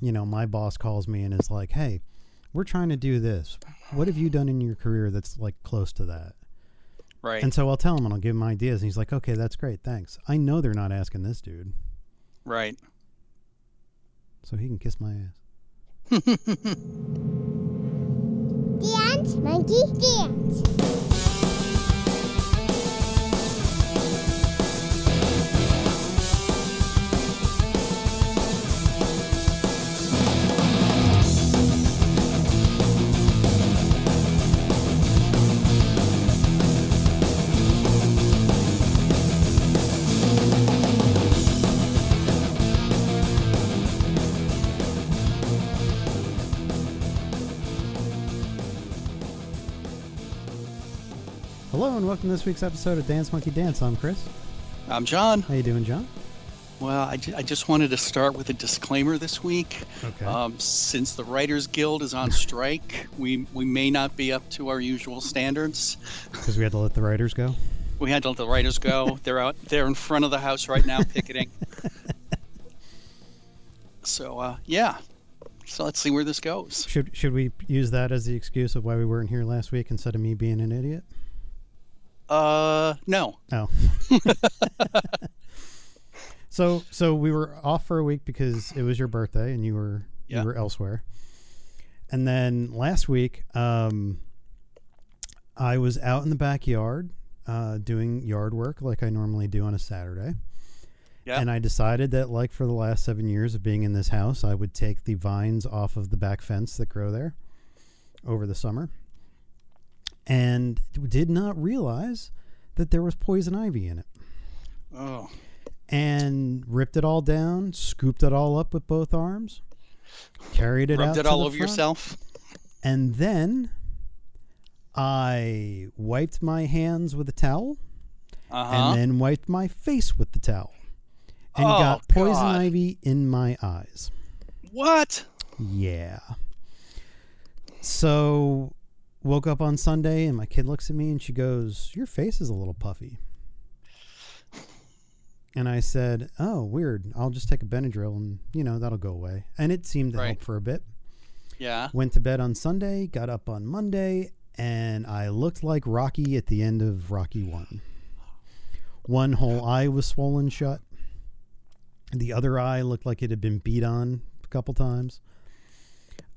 you know, my boss calls me and is like, "Hey, we're trying to do this. What have you done in your career that's like close to that?" Right. And so I'll tell him and I'll give him ideas, and he's like, "Okay, that's great, thanks." I know they're not asking this dude, right. so he can kiss my ass. Dance, monkey, dance. Hello and welcome to this week's episode of Dance Monkey Dance. I'm Chris. I'm Um, John. How you doing, John? Well, I, ju- I just wanted to start with a disclaimer this week. Okay. Um, since the Writers Guild is on strike, we, we may not be up to our usual standards. Because we had to let the writers go. We had to let the writers go. they're out. They're in front of the house right now picketing. so uh, yeah. So let's see where this goes. Should should we use that as the excuse of why we weren't here last week instead of me being an idiot? Uh, no. Oh. so so we were off for a week because it was your birthday and you were Yeah. you were elsewhere. And then last week, um, I was out in the backyard uh, doing yard work like I normally do on a Saturday. Yeah. And I decided that, like for the last seven years of being in this house, I would take the vines off of the back fence that grow there over the summer. And did not realize that there was poison ivy in it Oh, and ripped it all down, scooped it all up with both arms, carried it out rubbed it to all the over front, yourself. and then I wiped my hands with a towel Uh huh. and then wiped my face with the towel and Oh, got poison God. ivy in my eyes. What? Yeah. So woke up on Sunday and my kid looks at me and she goes, "Your face is a little puffy." And I said, "Oh, weird. I'll just take a Benadryl and, you know, that'll go away." And it seemed to Right. help for a bit. Yeah. Went to bed on Sunday, got up on Monday, and I looked like Rocky at the end of Rocky 1. One whole eye was swollen shut. The other eye looked like it had been beat on a couple times.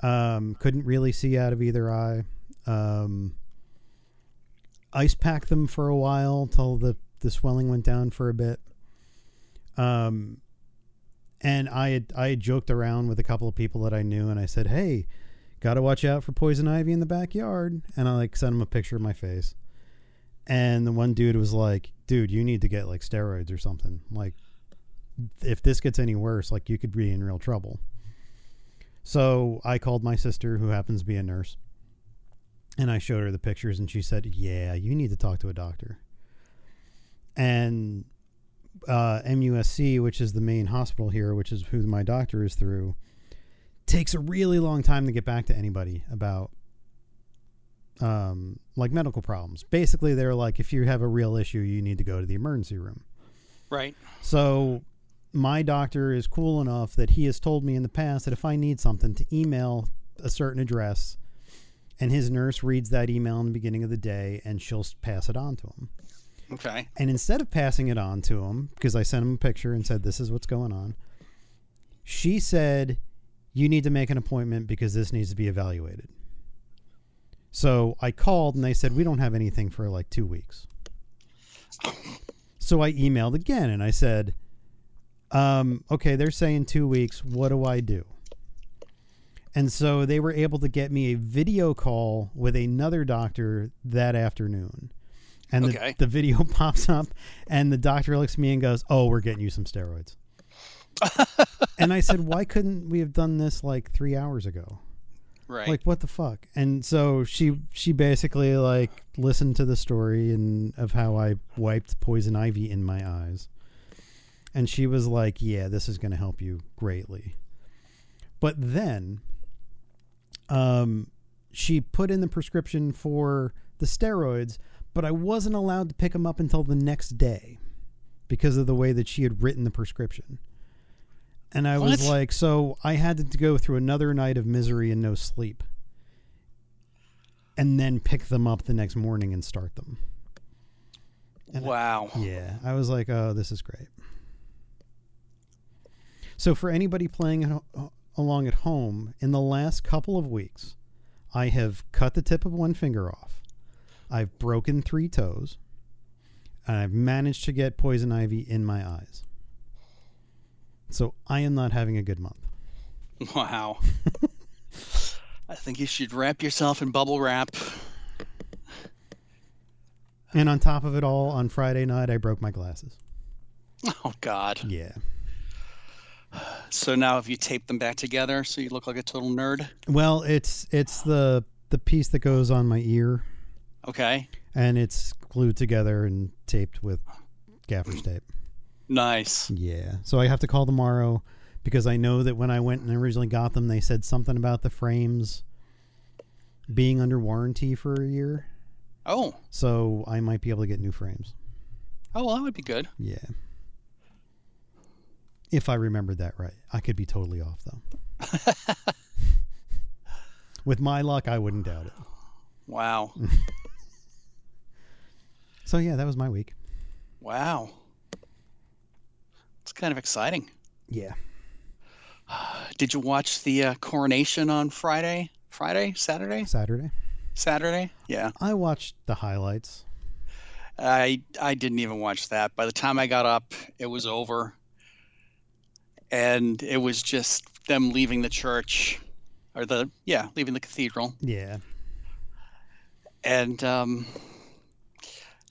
Um, couldn't really see out of either eye. Um, ice packed them for a while till the, the swelling went down for a bit. Um, and I had I had joked around with a couple of people that I knew, and I said, "Hey, got to watch out for poison ivy in the backyard." And I like sent him a picture of my face, and the one dude was like, "Dude, you need to get like steroids or something. Like, if this gets any worse, like you could be in real trouble." So I called my sister, who happens to be a nurse, and I showed her the pictures, and she said, "Yeah, you need to talk to a doctor." And uh, MUSC, which is the main hospital here, which is who my doctor is through, takes a really long time to get back to anybody about um, like medical problems. Basically, they're like, if you have a real issue, you need to go to the emergency room. Right. So my doctor is cool enough that he has told me in the past that if I need something to email a certain address and his nurse reads that email in the beginning of the day and she'll s- pass it on to him. Okay. And instead of passing it on to him, because I sent him a picture and said, This is what's going on, she said, You need to make an appointment because this needs to be evaluated. So I called and they said, We don't have anything for like two weeks. So I emailed again and I said, um, Okay, they're saying two weeks. What do I do? And so they were able to get me a video call with another doctor that afternoon. And the, Okay. the video pops up, and the doctor looks at me and goes, Oh, we're getting you some steroids. and I said, Why couldn't we have done this like three hours ago? Right. like what the fuck and so she she basically like listened to the story and of how i wiped poison ivy in my eyes and she was like yeah this is going to help you greatly but then um she put in the prescription for the steroids but i wasn't allowed to pick them up until the next day because of the way that she had written the prescription And I was What? like, so I had to go through another night of misery and no sleep. And then pick them up the next morning and start them. And I- wow. Yeah, I was like, oh, this is great. So for anybody playing at ho- along at home, in the last couple of weeks, I have cut the tip of one finger off. I've broken three toes. And I've managed to get poison ivy in my eyes. So I am not having a good month. Wow. I think you should wrap yourself in bubble wrap. And on top of it all, on Friday night, I broke my glasses. Oh God. Yeah. So now have you taped them back together so you look like a total nerd? Well, it's it's the the piece that goes on my ear Okay. and it's glued together and taped with gaffer's tape. Nice. Yeah. So I have to call tomorrow because I know that when I went and originally got them, they said something about the frames being under warranty for a year. Oh. So I might be able to get new frames. Oh well that would be good. Yeah. If I remembered that right, I could be totally off though. With my luck, I wouldn't doubt it. Wow. So yeah, that was my week. Wow. It's kind of exciting. Yeah. Did you watch the uh, coronation on Friday? Friday? Saturday? Saturday, Saturday? Yeah. I watched the highlights. I I didn't even watch that. By the time I got up, it was over. And it was just them leaving the church or the yeah, leaving the cathedral. Yeah. And um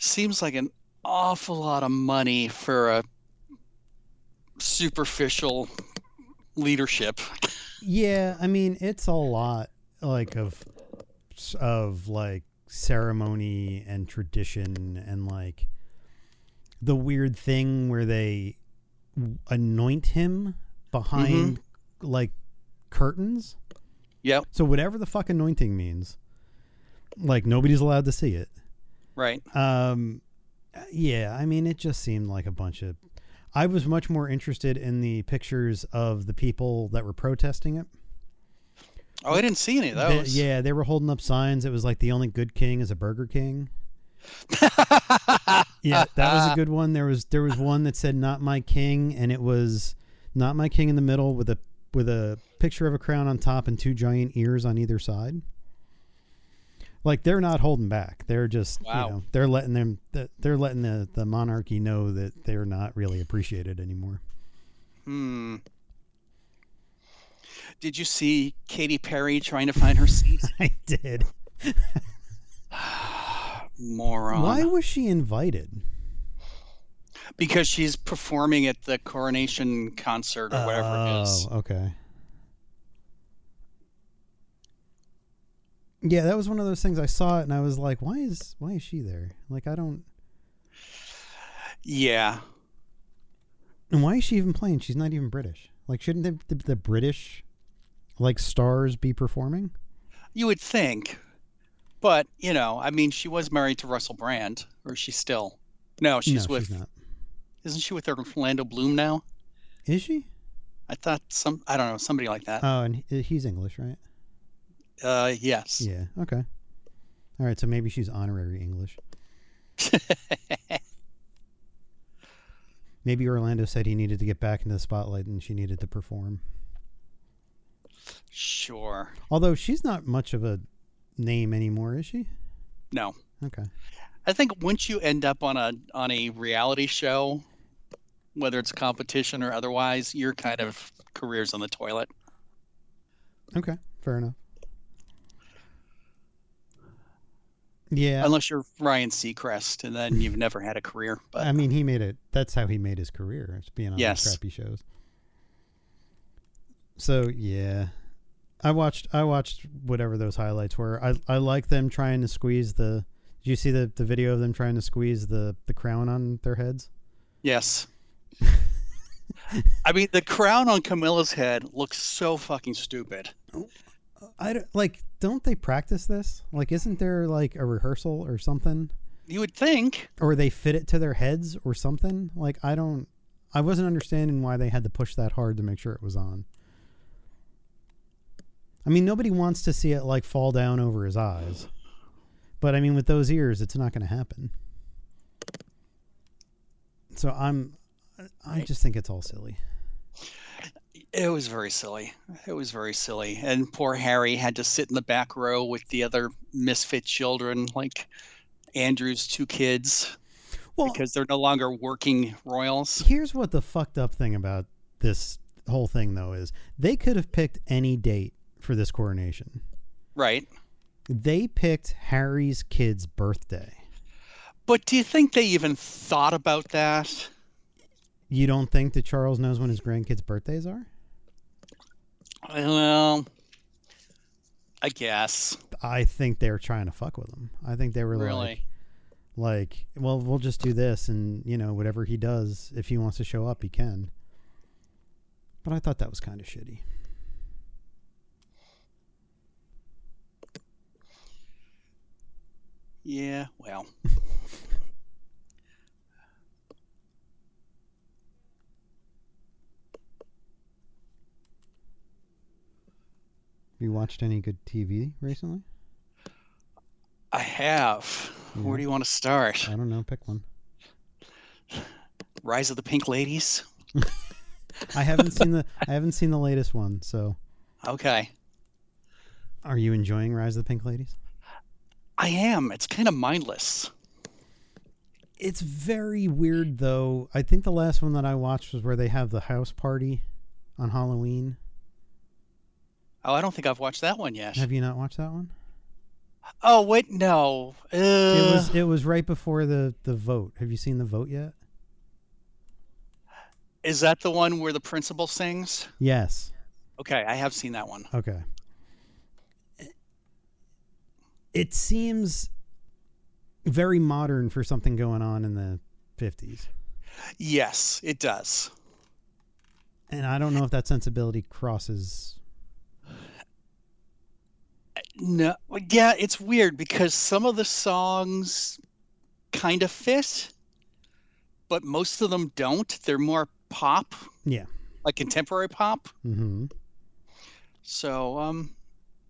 seems like an awful lot of money for a superficial leadership. Yeah, I mean it's a lot like of of like ceremony and tradition and like the weird thing where they anoint him behind like curtains. Yep, So whatever the fuck anointing means, like nobody's allowed to see it. right. Um, yeah, I mean, it just seemed like a bunch of. I was much more interested in the pictures of the people that were protesting it. Oh, I didn't see any of They- those. yeah, they were holding up signs. It was like the only good king is a Burger King. Yeah, that was a good one. There was there was one that said "Not my king," and it was "Not my king" in the middle with a with a picture of a crown on top and two giant ears on either side. Like they're not holding back. They're just Wow. you know they're letting them that- they're letting the the monarchy know that they're not really appreciated anymore. Hmm. Did you see Katy Perry trying to find her seat? I did. Moron. Why was she invited? Because she's performing at the coronation concert or whatever it is. Oh, okay. Yeah, that was one of those things I saw it and I was like, why is why is she there? Like I don't Yeah. and why is she even playing? She's not even British. Like shouldn't the, the, the British like stars be performing? You would think. But, you know, I mean, she was married to Russell Brand, or is she still? No, she's no, with. she's not. Isn't she with Orlando Bloom now? Is Uh, she? I thought some. I don't know. Somebody like that. Oh, and he, he's English, right? Uh, yes. Yeah. Okay. All right, so maybe she's honorary English. maybe Orlando said he needed to get back into the spotlight and she needed to perform. Sure. Although she's not much of a name anymore, is she? No. Okay. I think once you end up on a on a reality show, whether it's competition or otherwise, your kind of career's on the toilet. Okay. Fair enough. Yeah. Unless you're Ryan Seacrest, and then you've never had a career. But I mean, he made it. That's how he made his career. It's being on these Yes. crappy shows. So yeah, I watched. I watched whatever those highlights were. I I like them trying to squeeze the. Did you see the, the video of them trying to squeeze the, the crown on their heads? yes, I mean the crown on Camilla's head looks so fucking stupid. I don't, like. Don't they practice this? Like, isn't there like a rehearsal or something? You would think. or they fit it to their heads or something. Like I don't I wasn't understanding why they had to push that hard to make sure it was on. I mean, nobody wants to see it like fall down over his eyes. But I mean, with those ears, it's not going to happen. So I'm, I just think it's all silly. It was very silly. It was very silly. And poor Harry had to sit in the back row with the other misfit children, like Andrew's two kids, Well, because they're no longer working royals. here's what the fucked up thing about this whole thing, though, is they could have picked any date for this coronation. Right. They picked Harry's kid's birthday. But do you think they even thought about that? You don't think that Charles knows when his grandkids' birthdays are? Well, I guess. I think they were trying to fuck with him. I think they were Really? like, like, well, we'll just do this, and you know, whatever he does, if he wants to show up, he can. But I thought that was kind of shitty. Yeah, well. You watched any good TV recently? I have. Where do you want to start? I don't know. Pick one. Rise of the Pink Ladies? I haven't seen the I haven't seen the latest one. So, Okay. are you enjoying Rise of the Pink Ladies? I am. It's kind of mindless. It's very weird, though. I think the last one that I watched was where they have the house party on Halloween. Oh, I don't think I've watched that one yet. Have you not watched that one? Oh, wait, no. Uh, it was it was right before the the vote. Have you seen the vote yet? Is that the one where the principal sings? Yes. Okay, I have seen that one. Okay. It seems very modern for something going on in the 50s. Yes, it does. And I don't know if that sensibility crosses No, yeah, it's weird because some of the songs kind of fit, but most of them don't. They're more pop, Yeah. like contemporary pop. Mhm. So, um,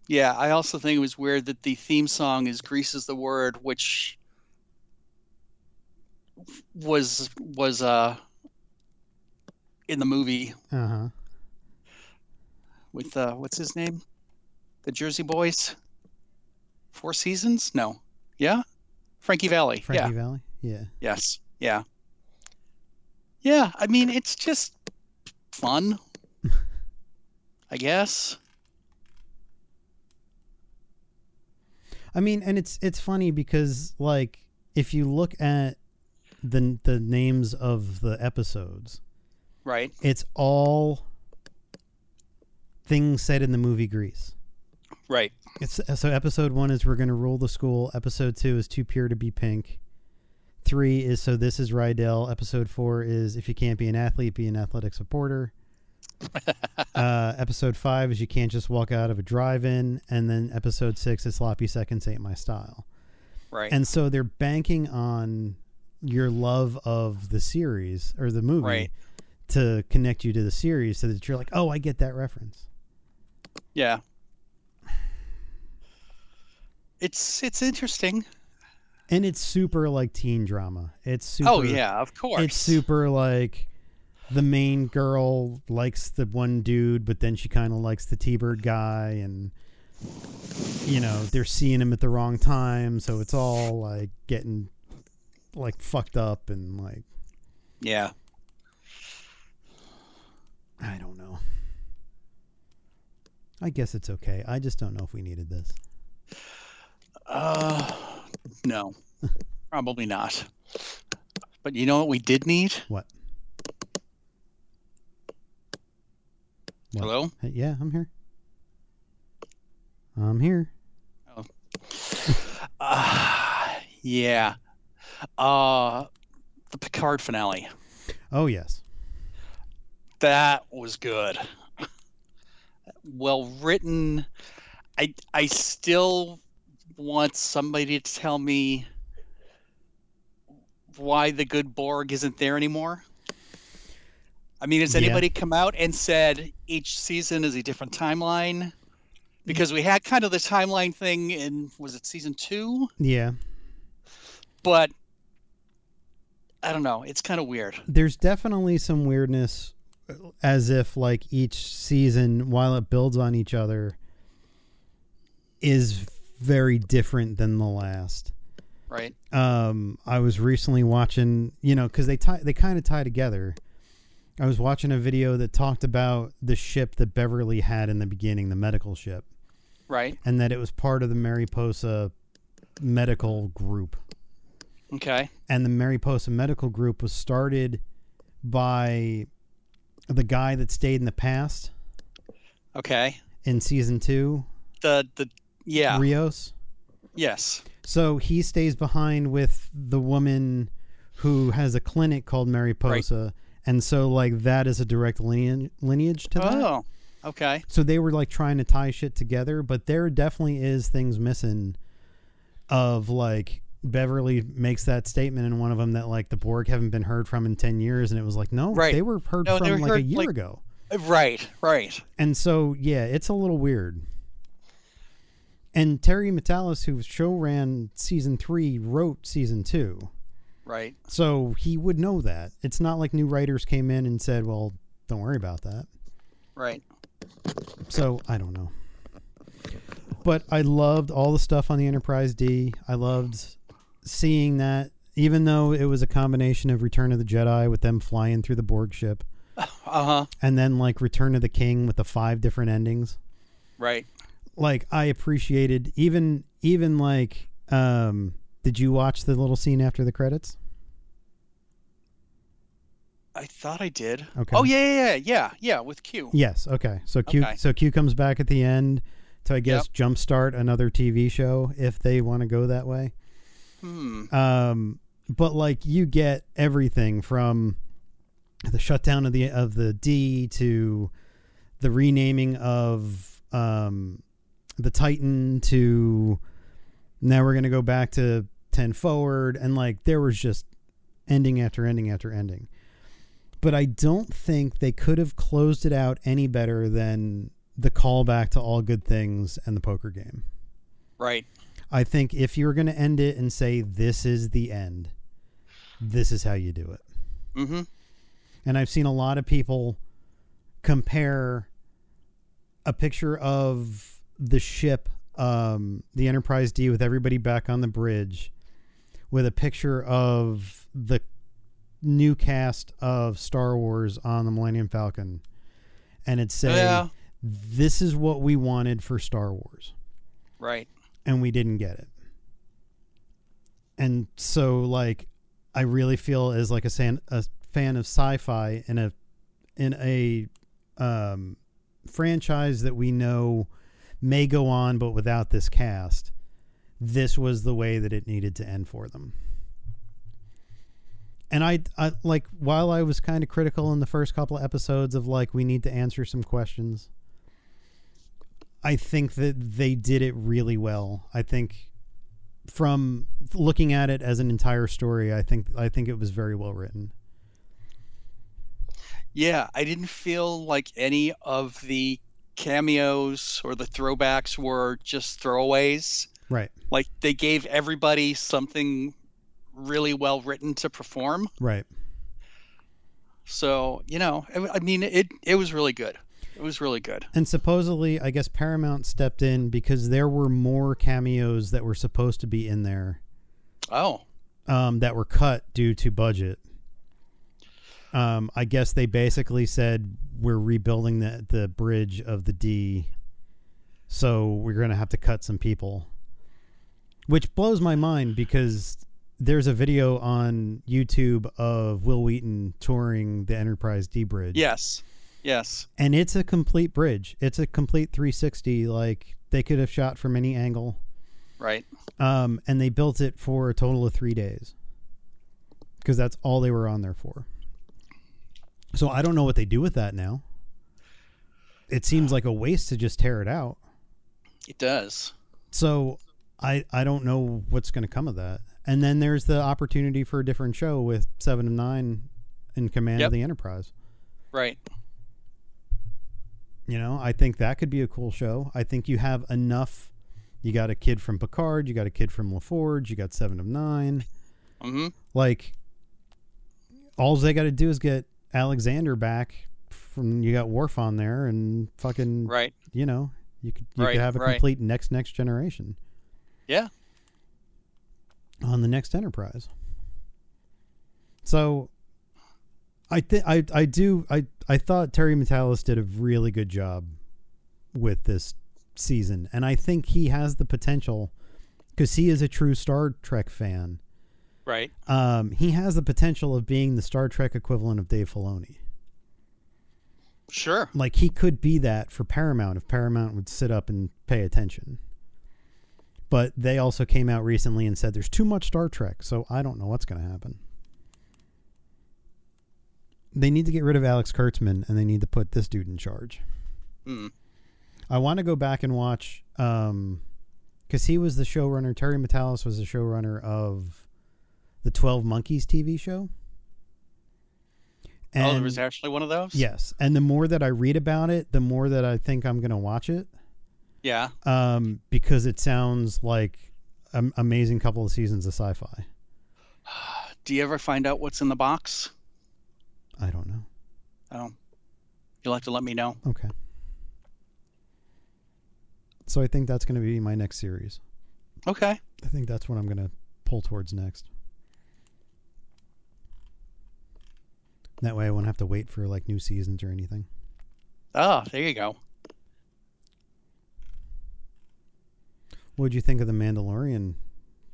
yeah, I also think it was weird that the theme song is "Grease is the Word," which was was uh in the movie Uh-huh. with uh what's his name, the Jersey Boys, Four Seasons? No, yeah, Frankie Valley. Frankie Valley? Yeah. Yeah. Yes. Yeah. Yeah. I mean, it's just fun, I guess. I mean, and it's it's funny because like if you look at the the names of the episodes, Right. it's all things said in the movie Grease. Right. It's so episode one is we're gonna rule the school. Episode two is too pure to be pink. Three is so this is Rydell. Episode four is if you can't be an athlete, be an athletic supporter. uh, episode five is you can't just walk out of a drive-in, and then episode six is sloppy seconds ain't my style. Right. And so they're banking on your love of the series or the movie Right. to connect you to the series, so that you're like, oh, I get that reference. Yeah. It's it's interesting. And it's super like teen drama. It's super. Oh yeah, of course. It's super like the main girl likes the one dude, but then she kind of likes the T Bird guy, and you know they're seeing him at the wrong time, so it's all like getting like fucked up and like Yeah. I don't know. I guess it's okay. I just don't know if we needed this. Uh no. Probably not. But you know what we did need? What? What? Hello? Hey, yeah, I'm here. I'm here. Uh, yeah. Uh the Picard finale. Oh yes. That was good. Well written. I I still want somebody to tell me why the good Borg isn't there anymore. I mean, has Yeah. anybody come out and said each season is a different timeline? Because we had kind of the timeline thing in was it season two? Yeah. But I don't know. It's kind of weird. there's definitely some weirdness uh, as if like each season while it builds on each other is very different than the last Right. um i was recently watching you know because they tie they kind of tie together i was watching a video that talked about the ship that beverly had in the beginning the medical ship Right. and that it was part of the mariposa medical group Okay. and the Mariposa Medical Group was started by the guy that stayed in the past Okay. in season two, The the yeah. Rios. yes. So he stays behind with the woman who has a clinic called Mariposa, and so like that is a direct lineage, lineage to that. Oh. Okay. So they were like trying to tie shit together, but there definitely is things missing. Of like Beverly makes that statement in one of them that like the Borg haven't been heard from in ten years, and it was like no, Right. they were heard No, they from were like a heard, year like- ago. Right. Right. And so, yeah, it's a little weird. And Terry Metalis, who show ran season three, wrote season two. Right. So he would know that. It's not like new writers came in and said, well, don't worry about that. Right. So I don't know. But I loved all the stuff on the Enterprise D. I loved seeing that, even though it was a combination of Return of the Jedi with them flying through the Borg ship Uh huh. and then like Return of the King with the five different endings. Right. like I appreciated even even like um did you watch the little scene after the credits? I thought I did. Okay. Oh yeah, yeah, yeah, yeah, yeah. With Q. Yes, okay. So Q Okay. so Q comes back at the end to I guess jumpstart another TV show if they want to go that way. Hmm. Um but like you get everything from the shutdown of the of the D to the renaming of um the Titan to now we're going to go back to 10 forward and like there was just ending after ending after ending but i don't think they could have closed it out any better than the callback to all good things and the poker game Right. i think if you were going to end it and say this is the end this is how you do it Mm-hmm. and I've seen a lot of people compare a picture of the ship, um, the Enterprise D, with everybody back on the bridge, with a picture of the new cast of Star Wars on the Millennium Falcon, and it say, Yeah. "This is what we wanted for Star Wars." Right. and we didn't get it. And so like I really feel as like a san- a fan of sci-fi in a in a um franchise that we know may go on but without this cast this was the way that it needed to end for them. And I, I like while I was kind of critical in the first couple of episodes of like we need to answer some questions I think that they did it really well. I think from looking at it as an entire story, I think I think it was very well written. Yeah. I didn't feel like any of the cameos or the throwbacks were just throwaways. Right. Like they gave everybody something really well written to perform. Right. So you know, I, I mean, it it was really good. It was really good. And supposedly, I guess Paramount stepped in because there were more cameos that were supposed to be in there Oh. um, that were cut due to budget. Um, I guess they basically said we're rebuilding the the bridge of the D, so we're gonna have to cut some people, which blows my mind because there's a video on YouTube of Will Wheaton touring the Enterprise D bridge. Yes. Yes. and it's a complete bridge. It's a complete 360. Like they could have shot from any angle Right. um, and they built it for a total of three days because that's all they were on there for. So I don't know what they do with that now. It seems like a waste to just tear it out. It does. So I I don't know what's going to come of that. And then there's the opportunity for a different show with Seven of Nine in command Yep. of the Enterprise. Right. You know, I think that could be a cool show. I think you have enough. You got a kid from Picard. You got a kid from LaForge. You got Seven of Nine. Mm-hmm. Like, all they got to do is get Alexander back. From you got Worf on there, and fucking Right. you know, you could you Right, could have a right. complete next next generation Yeah. on the next Enterprise. So, I think I I do I I thought Terry Metalis did a really good job with this season, and I think he has the potential because he is a true Star Trek fan. Right. Um, he has the potential of being the Star Trek equivalent of Dave Filoni. Sure. like he could be that for Paramount if Paramount would sit up and pay attention. But they also came out recently and said there's too much Star Trek, so I don't know what's going to happen. They need to get rid of Alex Kurtzman and they need to put this dude in charge. Mm. I want to go back and watch um cuz he was the showrunner, Terry Metalis was the showrunner of the 12 Monkeys TV show. oh, there And- was actually one of those. Yes, and the more that I read about it, the more that I think I'm gonna watch it, Yeah. um, because it sounds like an amazing couple of seasons of sci-fi. Do you ever find out what's in the box? I don't know. Oh, you'll have to let me know. Okay. So I think that's gonna be my next series. Okay. I think that's what I'm gonna pull towards next. That way, I won't have to wait for like new seasons or anything. Oh, there you go. What would you think of the Mandalorian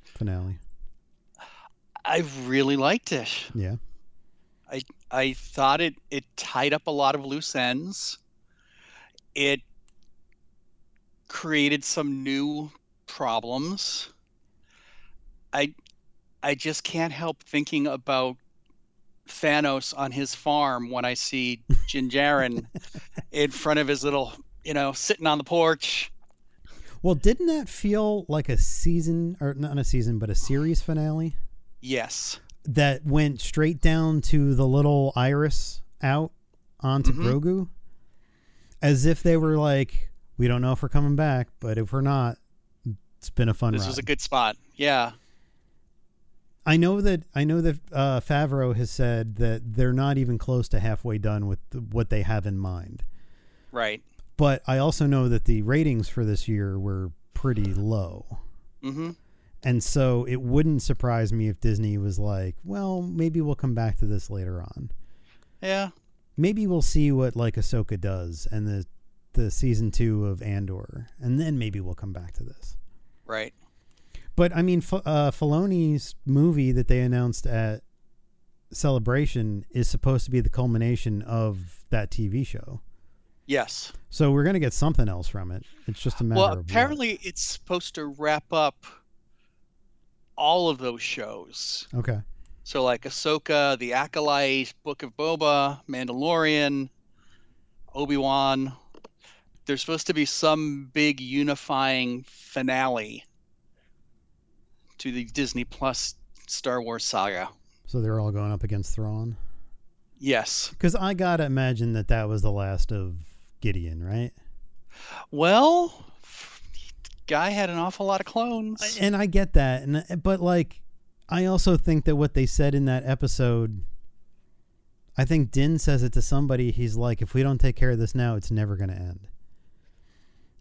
finale? I really liked it. Yeah. I thought it it tied up a lot of loose ends. It created some new problems. I I just can't help thinking about Thanos on his farm when I see Jin Djarin in front of his little, you know, sitting on the porch. Well, didn't that feel like a season, or not a season, but a series finale Yes. that went straight down to the little Iris out onto Mhm. Grogu, as if they were like, "We don't know if we're coming back, but if we're not, it's been a fun This ride." was a good spot. Yeah. I know that I know that uh, Favreau has said that they're not even close to halfway done with the, what they have in mind, Right. but I also know that the ratings for this year were pretty low. Mm-hmm. And so it wouldn't surprise me if Disney was like, well, maybe we'll come back to this later on. Yeah. Maybe we'll see what like Ahsoka does and the the season 2 of Andor and then maybe we'll come back to this. Right. But I mean F- uh Filoni's movie that they announced at Celebration is supposed to be the culmination of that TV show. Yes. So we're going to get something else from it. It's just a matter Well, of what. apparently it's supposed to wrap up all of those shows. Okay. So like Ahsoka, The Acolyte, Book of Boba, Mandalorian, Obi Wan. There's supposed to be some big unifying finale to the Disney Plus Star Wars saga. So they're all going up against Thrawn. Yes. Because I gotta imagine that that was the last of Gideon, right? Well, guy had an awful lot of clones. And I get that, and but like, I also think that what they said in that episode, I think Din says it to somebody. He's like, "If we don't take care of this now, it's never gonna end."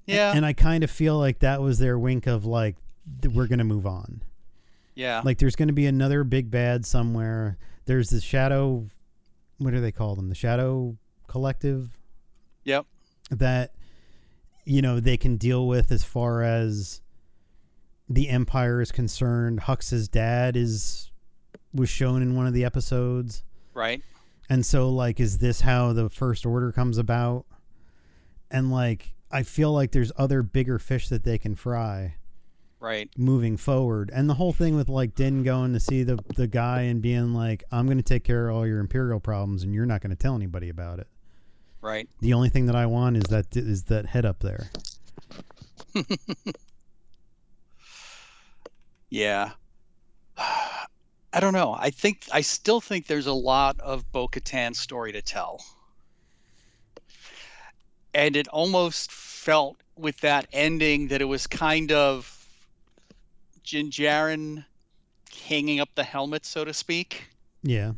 Yeah. And I kind of feel like that was their wink of like, th- "We're gonna move on." yeah. Like, there's gonna be another big bad somewhere. There's the shadow. What do they call them? The shadow collective. Yep. that you know they can deal with as far as the empire is concerned hux's dad is was shown in one of the episodes Right. and so like is this how the first order comes about and like i feel like there's other bigger fish that they can fry Right. moving forward and the whole thing with like din going to see the the guy and being like i'm going to take care of all your imperial problems and you're not going to tell anybody about it Right. the only thing that I want is that is that head up there. Yeah. I don't know. I think I still think there's a lot of Bo-Katan story to tell. and it almost felt with that ending that it was kind of Jin Jaren hanging up the helmet, so to speak, Yeah.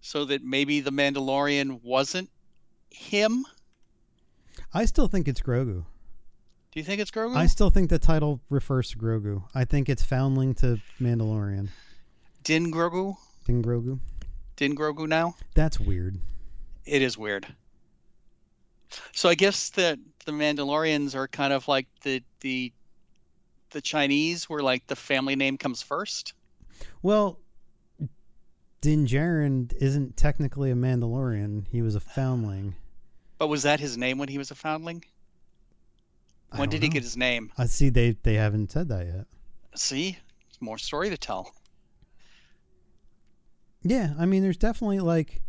so that maybe the Mandalorian wasn't him. I still think it's Grogu. Do you think it's Grogu? I still think the title refers to Grogu. I think it's Foundling to Mandalorian. Din Grogu? Ding Grogu. Din Grogu now? That's weird. It is weird. So I guess that the Mandalorians are kind of like the the the Chinese, where like the family name comes first. Well, Din Djarin isn't technically a Mandalorian. He was a foundling. But was that his name when he was a foundling? I When don't did he know. get his name? I see they they haven't said that yet. See, it's more story to tell. Yeah, I mean, there's definitely like,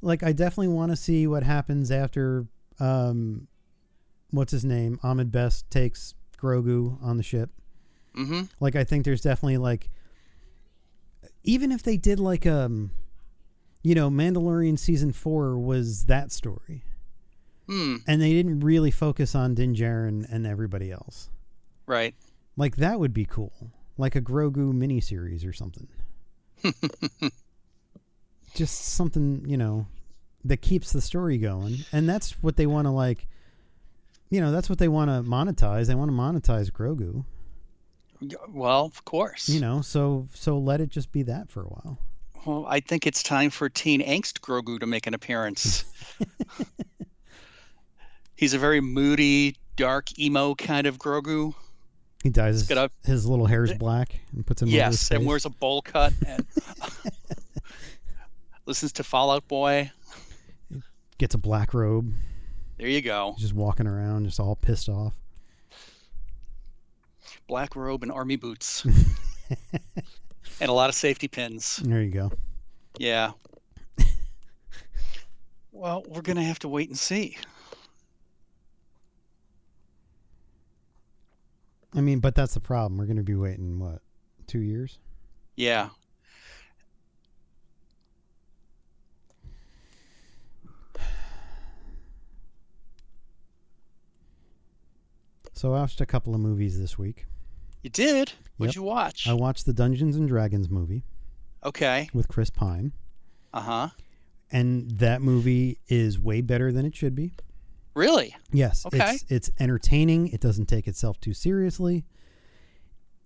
like I definitely want to see what happens after, um, what's his name, Ahmed Best takes Grogu on the ship. Mm-hmm. Like, I think there's definitely like, even if they did like um, you know, Mandalorian season four was that story, Hmm. and they didn't really focus on Din Djarin and everybody else. Right. Like that would be cool, like a Grogu miniseries or something. Just something you know that keeps the story going, and that's what they want to like. You know, that's what they want to monetize. They want to monetize Grogu. well, of course. You know, so so let it just be that for a while. Well, I think it's time for Teen Angst Grogu to make an appearance. He's a very moody, dark emo kind of Grogu. He dyes his, get up. his little hair's black and puts him. over his yes, and face. wears a bowl cut and listens to Fallout Boy. gets a black robe, There you go. just walking around, just all pissed off. Black robe and army boots. and a lot of safety pins. There you go. Yeah. well, we're going to have to wait and see. I mean, but that's the problem. We're going to be waiting what two years? Yeah. So I watched a couple of movies this week. You did? Yep. What'd you watch? I watched the Dungeons and Dragons movie Okay. with Chris Pine, Uh huh. and that movie is way better than it should be. Really? Yes, Okay. it's it's entertaining. It doesn't take itself too seriously.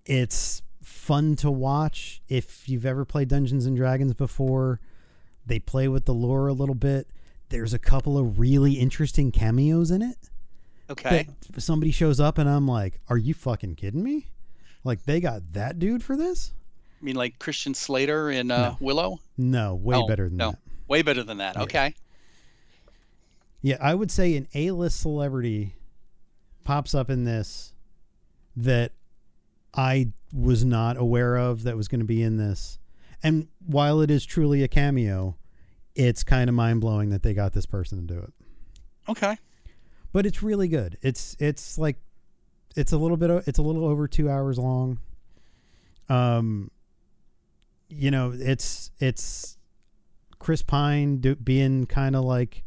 It's fun to watch. If you've ever played Dungeons and Dragons before, they play with the lore a little bit. There's a couple of really interesting cameos in it. Okay. That somebody shows up and I'm like, "Are you fucking kidding me?" Like they got that dude for this? I mean, like Christian Slater in uh, No. Willow? No, way Oh, better than no. that. Way better than that. Yeah. Okay. Yeah, I would say an A-list celebrity pops up in this that I was not aware of that was going to be in this. And while it is truly a cameo, it's kind of mind-blowing that they got this person to do it. Okay. But it's really good. It's it's like it's a little bit o- it's a little over 2 hours long. Um you know, it's it's Chris Pine do, being kind of like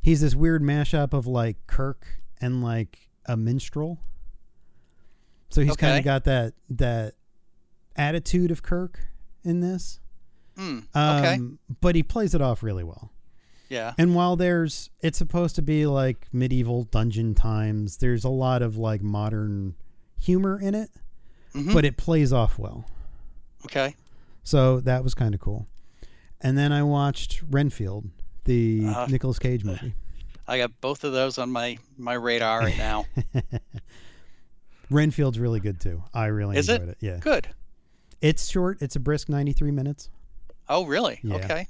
he's this weird mashup of like Kirk and like a minstrel. So he's kind Okay. of got that that attitude of Kirk in this. Hmm. Um, Okay. But he plays it off really well. Yeah. And while there's, it's supposed to be like medieval dungeon times. There's a lot of like modern humor in it, Mhm. but it plays off well. Okay. So that was kind of cool. And then I watched Renfield, the Uh, Nicolas Cage movie. I got both of those on my my radar right now. Renfield's really good too. I really Is it? enjoyed it? Yeah, Good. it's short. It's a brisk ninety-three minutes, Oh, really? Yeah. Okay.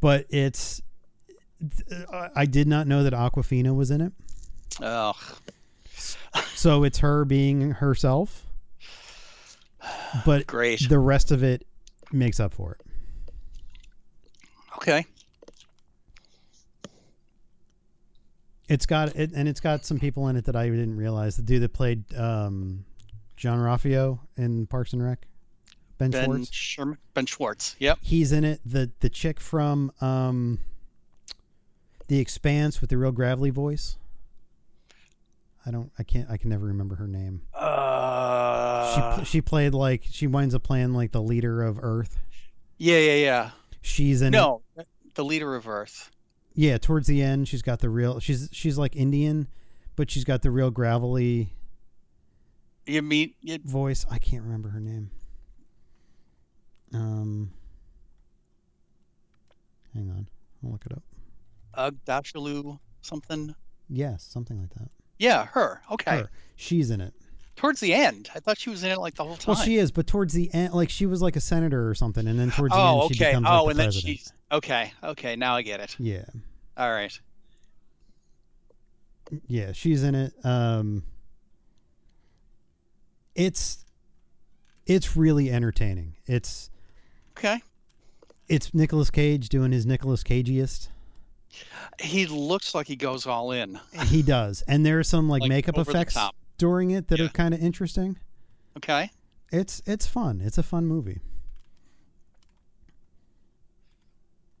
but it's. th- I- I did not know that Aquafina was in it, Oh, so it's her being herself. But great. the rest of it makes up for it. Okay. It's got it, and it's got some people in it that I didn't realize. The dude that played um, John Raffio in Parks and Rec, Ben, Ben Schwartz, Sherman. Ben Schwartz. Yep. he's in it. the The chick from um, The Expanse with the real gravelly voice, I don't. I can't. I can never remember her name. She Uh, pl- she played like she winds up playing like the leader of Earth. yeah, yeah, yeah. She's in it. No, the leader of Earth. Yeah, towards the end, she's got the real. She's she's like Indian, but she's got the real gravelly You mean you, voice. I can't remember her name. Um, hang on, I'll look it up. Agdashalu something? Yes, something like that. Yeah, her. Okay. Her. She's in it. Towards the end, I thought she was in it like the whole time. Well, she is, but towards the end, like she was like a senator or something, and then towards the oh, end, she okay. becomes oh, like, the and president. then she's okay. Okay, now I get it. Yeah, All right. yeah, she's in it. Um, it's it's really entertaining. It's Okay. it's Nicolas Cage doing his Nicolas Cageiest. He looks like he goes all in. He does, and there are some like, Like, makeup over the effects top. during it that Yeah. are kind of interesting. Okay. It's it's fun. It's a fun movie.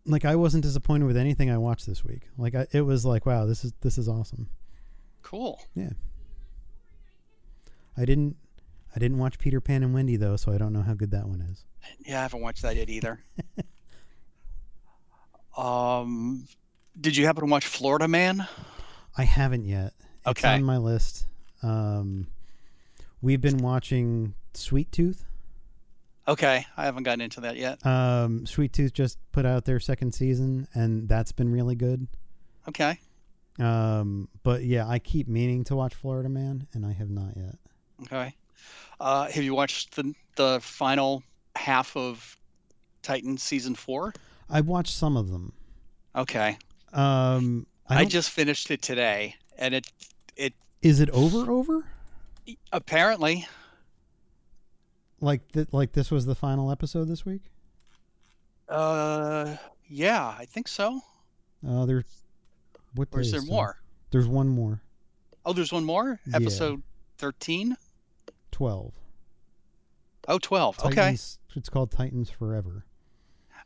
Like I wasn't disappointed with anything I watched this week. Like I, it was like, wow, this is this is awesome. Cool. I didn't I didn't watch Peter Pan and Wendy though, so I don't know how good that one is. Yeah, I haven't watched that yet either. um, did you happen to watch Florida Man? I haven't yet. It's Okay. on my list. Um, we've been watching Sweet Tooth. Okay, I haven't gotten into that yet. Um, Sweet Tooth just put out their second season, and that's been really good. Okay. Um, but yeah, I keep meaning to watch Florida Man, and I have not yet. Okay. Uh, have you watched the the final half of Titan season four? I watched some of them. Okay. Um, I, I, don't- just finished it today, and it is it over? Over? apparently Like th- like this was the final episode this week? Uh, yeah, I think so. Uh, there's what? day Or is there today? more? There's one more. Oh, there's one more? Yeah. Episode 13? Twelve. Oh, 12. Okay. Titans, It's called Titans Forever.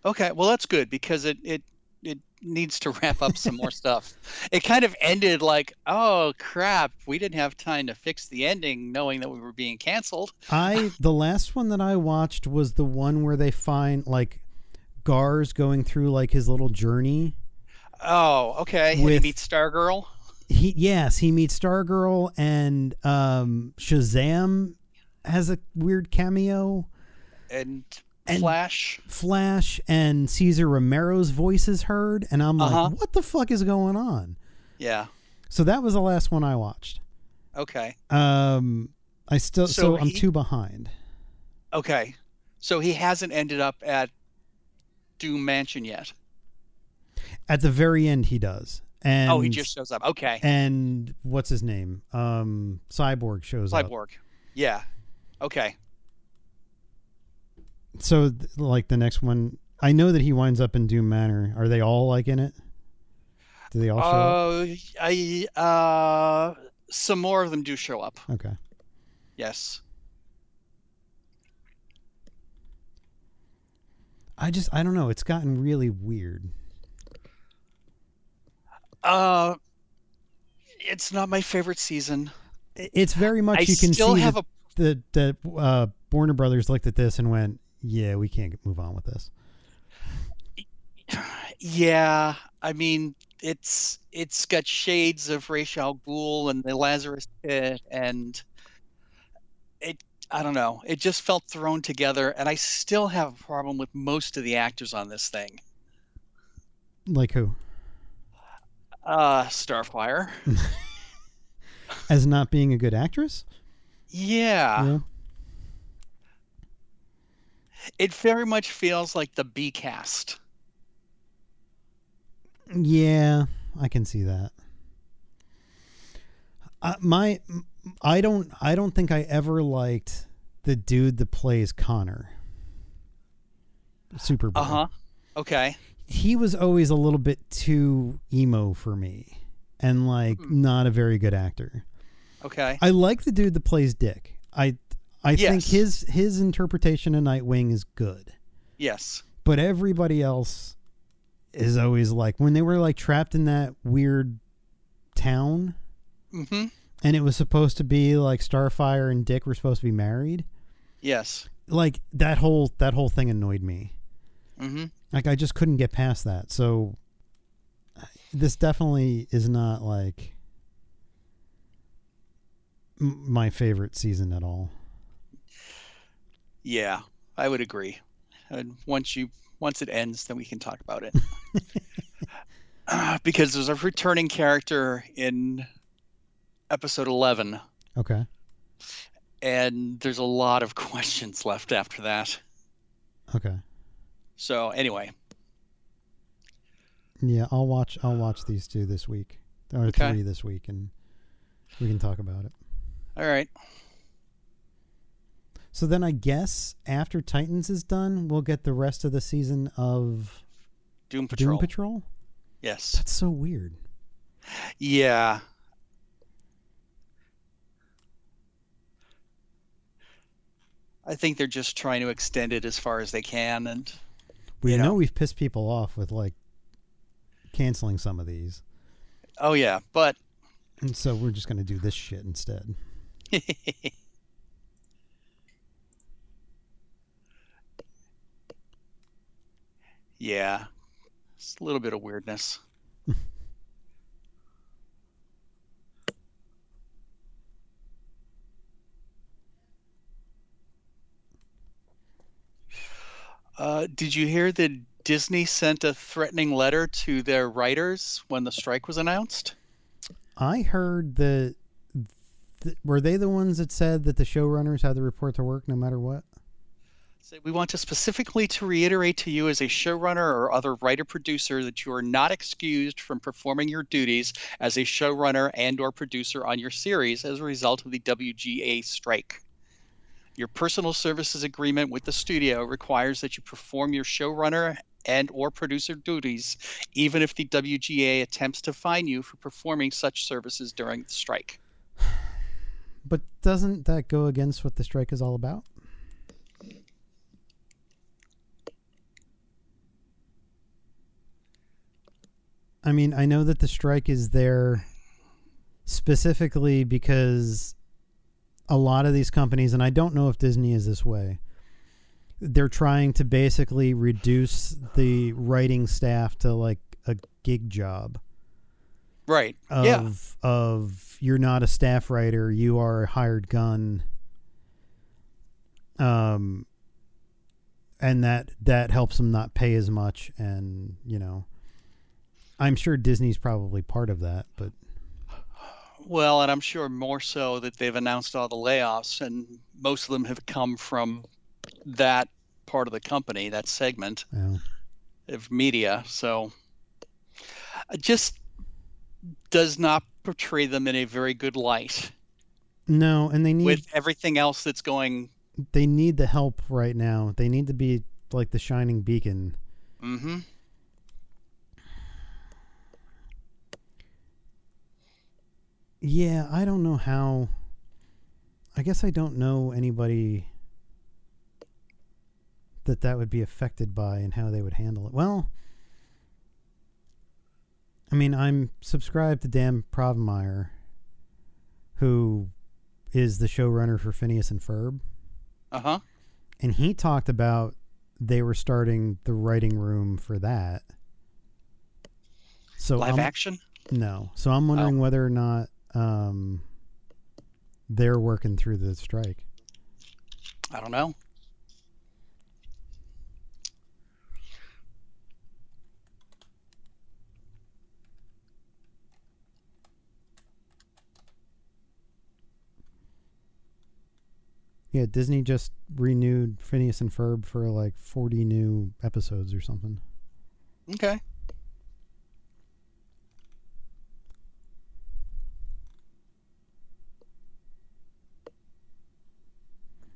Okay. Well, that's good because it, it, it needs to wrap up some more stuff. It kind of ended like, oh, crap. We didn't have time to fix the ending knowing that we were being canceled. I the last one that I watched was the one where they find like Gar's going through like his little journey. Oh, okay. And he With- meets Stargirl. He yes, he meets Stargirl and um Shazam has a weird cameo. And, And- Flash. Flash and Caesar Romero's voice is heard, and I'm like, Uh-huh. what the fuck is going on? Yeah. So that was the last one I watched. Okay. Um, I still so, So I'm he- two behind. Okay. So he hasn't ended up at Doom Mansion yet. At the very end, he does, and oh, he just shows up. Okay. and what's his name? Um, Cyborg shows up. Cyborg. Yeah. Okay. So th- like the next one, I know that he winds up in Doom Manor. Are they all like in it? Do they all show up? Uh, I uh, some more of them do show up. Okay. Yes. I just I don't know. It's gotten really weird. Uh, it's not my favorite season. I- It's very much I you can still see have that- a the the uh, Warner Brothers looked at this and went, "Yeah, we can't get- move on with this." yeah. I mean, it's it's got shades of Ra's al Ghul and the Lazarus Pit, and it. I don't know. It just felt thrown together, and I still have a problem with most of the actors on this thing. Like who? Uh, Starfire. As not being a good actress? Yeah. Yeah. It very much feels like the B cast. Yeah, I can see that. Uh, my, I don't, I don't think I ever liked the dude that plays Connor. Superboy. Uh huh. Okay. He was always a little bit too emo for me, and like Hmm. not a very good actor. Okay. I like the dude that plays Dick. I I think Yes. his his interpretation of Nightwing is good. Yes. But everybody else is always like when they were like trapped in that weird town Mm hmm. and it was supposed to be like Starfire and Dick were supposed to be married. Yes. Like that whole that whole thing annoyed me. Mm-hmm. Like I just couldn't get past that. So this definitely is not like m- my favorite season at all. Yeah, I would agree. And once you once it ends, then we can talk about it. Uh, because there's a returning character in episode 11 Okay. and there's a lot of questions left after that. Okay. So anyway, Yeah, I'll watch I'll watch these two this week or Okay. three this week and we can talk about it. all right. So then I guess after Titans is done, we'll get the rest of the season of Doom Patrol. Doom Patrol. yes. That's so weird. Yeah. I think they're just trying to extend it as far as they can and We You know know. we've pissed people off with like canceling some of these. oh yeah, but And so we're just going to do this shit instead. yeah. It's a little bit of weirdness. Uh, did you hear that Disney sent a threatening letter to their writers when the strike was announced? I heard that th- were they the ones that said that the showrunners had to report to work no matter what? Say, We want to specifically to reiterate to you as a showrunner or other writer producer that you are not excused from performing your duties as a showrunner and or producer on your series as a result of the WGA strike. Your personal services agreement with the studio requires that you perform your showrunner and or producer duties even if the WGA attempts to fine you for performing such services during the strike. But doesn't that go against what the strike is all about? I mean, I know that the strike is there specifically because a lot of these companies, and I don't know if Disney is this way, they're trying to basically reduce the writing staff to like a gig job Right. of yeah. of you're not a staff writer, you are a hired gun. Um and that that helps them not pay as much and, you know, I'm sure Disney's probably part of that, but Well, and I'm sure more so that they've announced all the layoffs, and most of them have come from that part of the company, that segment you know. of media. So it just does not portray them in a very good light no, and they need with everything else that's going. they need the help right now. They need to be like the shining beacon. Mm-hmm. Yeah, I don't know how. I guess I don't know anybody that that would be affected by and how they would handle it. Well, I mean, I'm subscribed to Dan Provmeyer, who is the showrunner for Phineas and Ferb, Uh huh. and he talked about they were starting the writing room for that. So Live I'm- action. no. So I'm wondering whether or not um, they're working through the strike. I don't know. Yeah, Disney just renewed Phineas and Ferb for like 40 new episodes or something. Okay.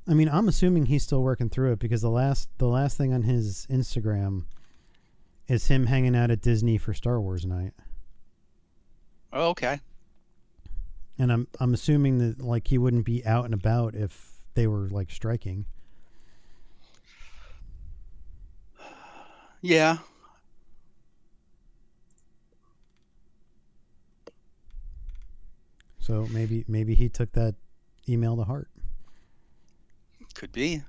I mean, I'm assuming he's still working through it because the last the last thing on his Instagram is him hanging out at Disney for Star Wars night. Oh, okay. And I'm I'm assuming that like he wouldn't be out and about if they were like striking. Yeah. So maybe maybe he took that email to heart. Could be.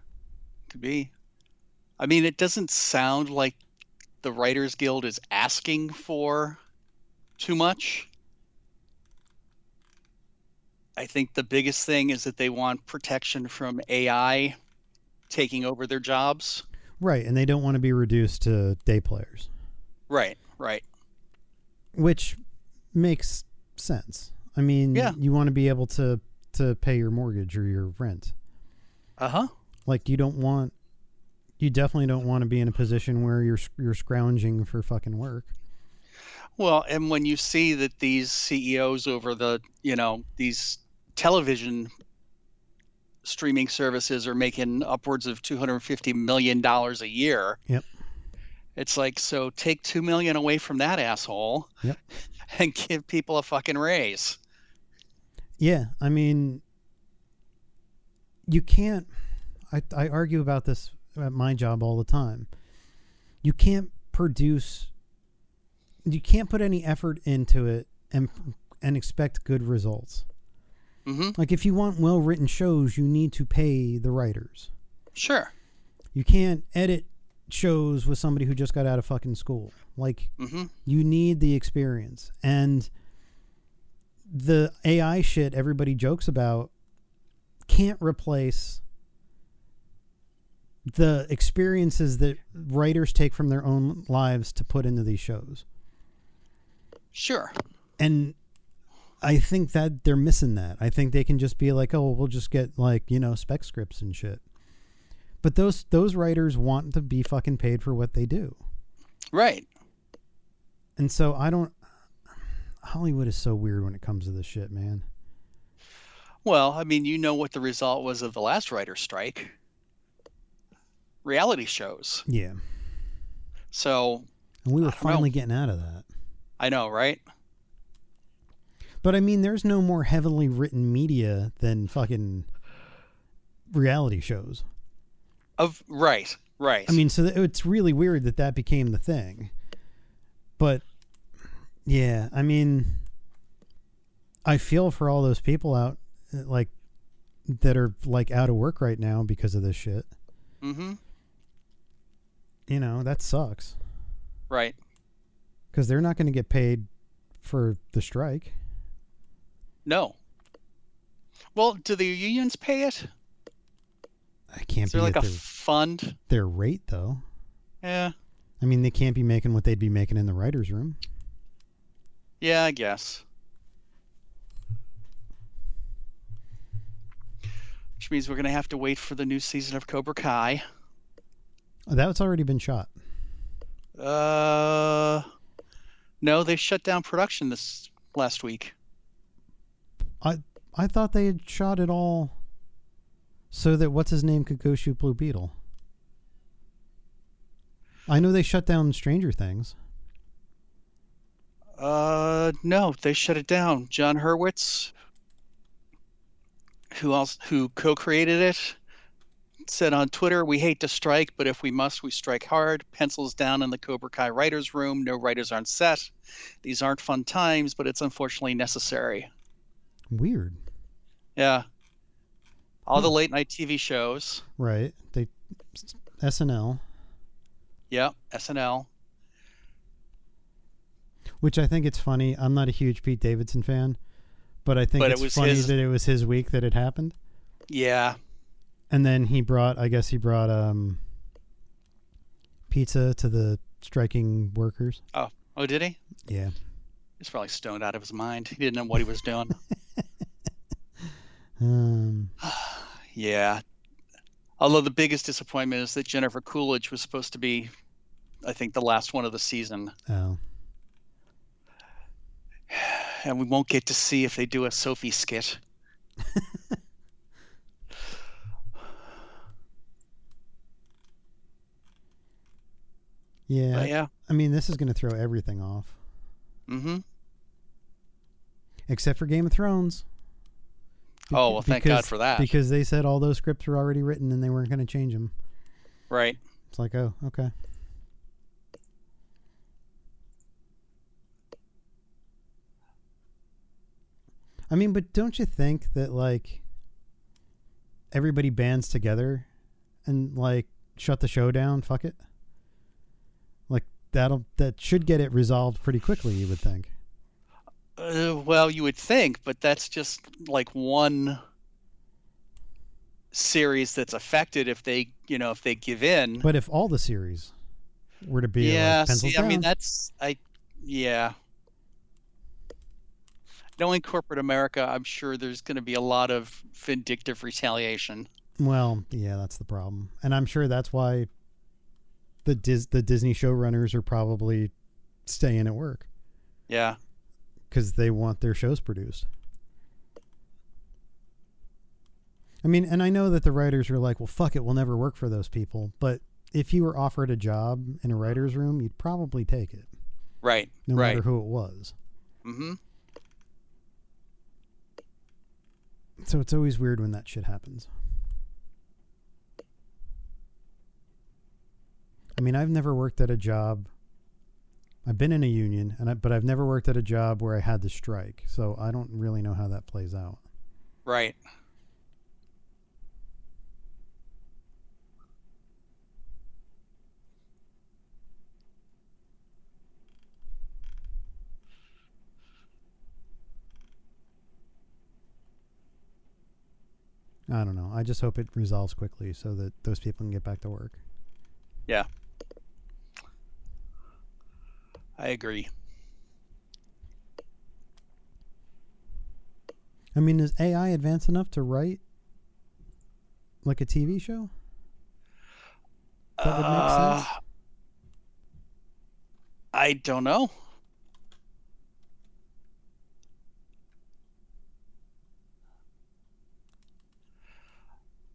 Could be. I mean, it doesn't sound like the Writers Guild is asking for too much. I think the biggest thing is that they want protection from AI taking over their jobs. Right, and they don't want to be reduced to day players, Right, right. which makes sense. I mean, Yeah. you want to be able to to pay your mortgage or your rent. Uh huh. Like you don't want you definitely don't want to be in a position where you're you're scrounging for fucking work. Well, and when you see that these CEOs over the, you know, these television streaming services are making upwards of 250 million dollars a year. Yep. It's like so take 2 million away from that asshole Yep. and give people a fucking raise. Yeah, I mean, you can't. I, I argue about this at my job all the time. You can't produce. You can't put any effort into it and and expect good results. Mhm. Like if you want well written shows, you need to pay the writers. Sure. You can't edit shows with somebody who just got out of fucking school. Like Mhm. you need the experience. And the AI shit everybody jokes about can't replace the experiences that writers take from their own lives to put into these shows. Sure. And I think that they're missing that. I think they can just be like, "Oh, we'll just get like, you know, spec scripts and shit." But those those writers want to be fucking paid for what they do. Right. And so I don't. Hollywood is so weird when it comes to this shit, man. Well, I mean, you know what the result was of the last writer's strike. Reality shows. Yeah. So, And we were I don't know. finally getting out of that. I know, right? But I mean, there's no more heavily written media than fucking reality shows. Of right, right. I mean, so th- it's really weird that that became the thing. But yeah, I mean, I feel for all those people out, uh, like, that are like out of work right now because of this shit. mm-hmm. You know, that sucks. Right. because they're not going to get paid for the strike. No. Well, do the unions pay it? I can't Is there be like a at their, fund? their rate though. Yeah. I mean, they can't be making what they'd be making in the writers' room. Yeah, I guess. Which means we're gonna have to wait for the new season of Cobra Kai. Oh, that's already been shot. Uh, no, they shut down production this last week. I thought they had shot it all so that what's his name could go shoot Blue Beetle. I know they shut down Stranger Things. Uh, no, they shut it down. John Hurwitz, who else, who co-created it, said on Twitter, "We hate to strike, but if we must, we strike hard. Pencils down in the Cobra Kai writers' room. No writers on set. These aren't fun times, but it's unfortunately necessary." Weird, Yeah. All the late night TV shows. right? They SNL, Yeah, SNL. which I think it's funny. I'm not a huge Pete Davidson fan, but I think But it it's was funny his- that it was his week that it happened. Yeah. and then he brought i guess he brought um pizza to the striking workers Oh, did he? yeah He's probably stoned out of his mind. He didn't know what he was doing. um Yeah. Although the biggest disappointment is that Jennifer Coolidge was supposed to be, I think, the last one of the season. oh And we won't get to see if they do a Sophie skit. yeah, But yeah. i mean this is gonna throw everything off Mm-hmm. except for game of thrones Be- Oh, well, thank God for that. because they said all those scripts were already written and they weren't going to change them Right. it's like oh okay I mean, but don't you think that like everybody bands together and like shut the show down? Fuck it. Like that'll that should get it resolved pretty quickly. You would think. Uh, well, you would think, but that's just like one series that's affected if they, you know, if they give in. But if all the series were to be yeah, like pencils see, I down, mean that's I, yeah. Knowing corporate America, I'm sure there's going to be a lot of vindictive retaliation. well, yeah, that's the problem, and I'm sure that's why the Dis- the Disney showrunners are probably staying at work Yeah, because they want their shows produced. I mean, and I know that the writers are like, well, fuck it, we'll never work for those people. But if you were offered a job in a writer's room, you'd probably take it, right, no right. matter who it was. Mm-hmm. So it's always weird when that shit happens. I mean, I've never worked at a job. I've been in a union, and I, but I've never worked at a job where I had to strike. So I don't really know how that plays out. Right. I don't know. I just hope it resolves quickly so that those people can get back to work. I agree. I mean, is AI advanced enough to write like a TV show? That would make Uh, sense? I don't know.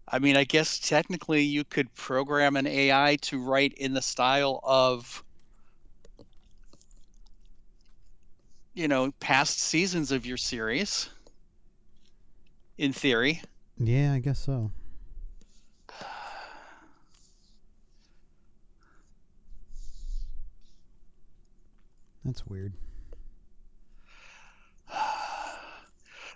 I mean, I guess technically you could program an AI to write in the style of, you know, past seasons of your series, in theory. Yeah, I guess so. That's weird.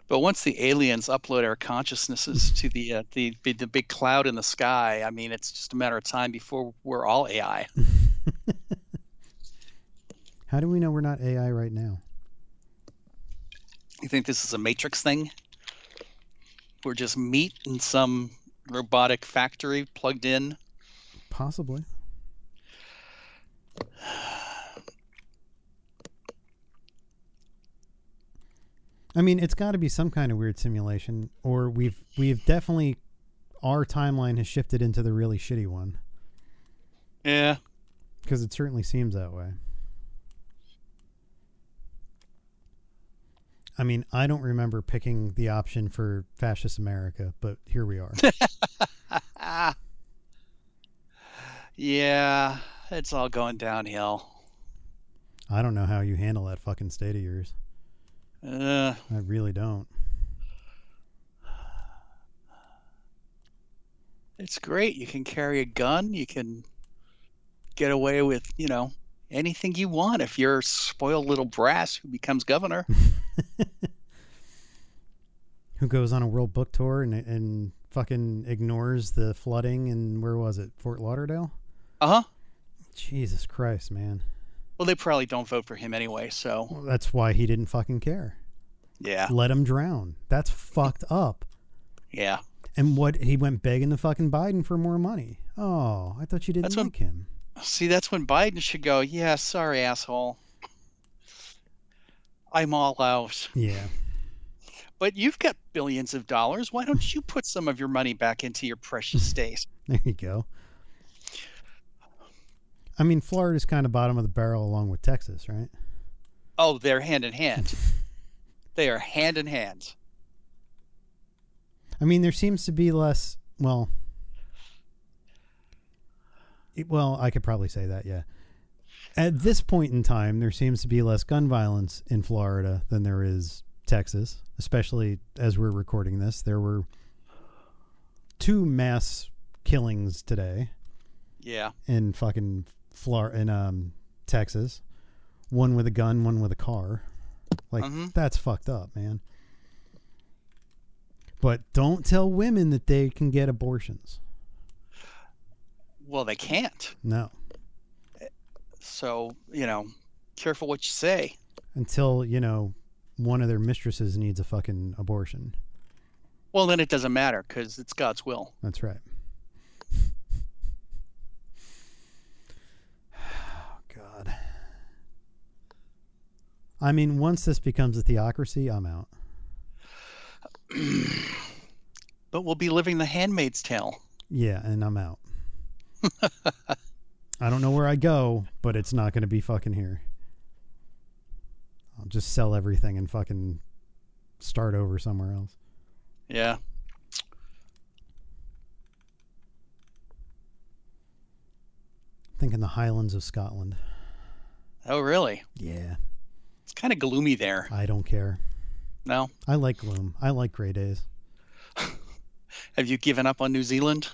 But once the aliens upload our consciousnesses to the, uh, the the the big cloud in the sky, I mean, it's just a matter of time before we're all AI. How do we know we're not AI right now? You think this is a Matrix thing? We're just meat in some robotic factory plugged in. Possibly. I mean, it's got to be some kind of weird simulation, or we've we've definitely our timeline has shifted into the really shitty one Yeah. because it certainly seems that way. I mean, I don't remember picking the option for fascist America, but here we are. Ah. Yeah. It's all going downhill. I don't know how you handle that fucking state of yours. Uh, I really don't. it's great. You can carry a gun. You can get away with you know anything you want if you're a spoiled little brass who becomes governor. who goes on a world book tour and and fucking ignores the flooding and where was it Fort Lauderdale? Uh huh. Jesus Christ, man! Well, they probably don't vote for him anyway, so Well, that's why he didn't fucking care. yeah, Let him drown. That's fucked up. yeah. And what he went begging the fucking Biden for more money. Oh, I thought you didn't That's what- like him. See, that's when Biden should go. Yeah, sorry, asshole. I'm all out. Yeah, But you've got billions of dollars. Why don't you put some of your money back into your precious state? there you go. I mean, Florida's kind of bottom of the barrel along with Texas, right? Oh, they're hand in hand. They are hand in hand. I mean, there seems to be less. Well, it- well, I could probably say that. Yeah. At this point in time, there seems to be less gun violence in Florida than there is Texas, especially as we're recording this. There were two mass killings today Yeah. in fucking Flor in um Texas. One with a gun, one with a car. Like Mhm. that's fucked up, man. But don't tell women that they can get abortions. Well, they can't. No. So, you know, careful what you say. Until, you know, one of their mistresses needs a fucking abortion. Well, then it doesn't matter because it's God's will. That's right. Oh, God. I mean, once this becomes a theocracy, I'm out. but we'll be living the handmaid's tale. Yeah, and I'm out. I don't know where I go, but it's not going to be fucking here. I'll just sell everything and fucking start over somewhere else. Yeah. I think in the Highlands of Scotland. Oh, really? Yeah, It's kind of gloomy there. I don't care. No? I like gloom. I like gray days. Have you given up on New Zealand?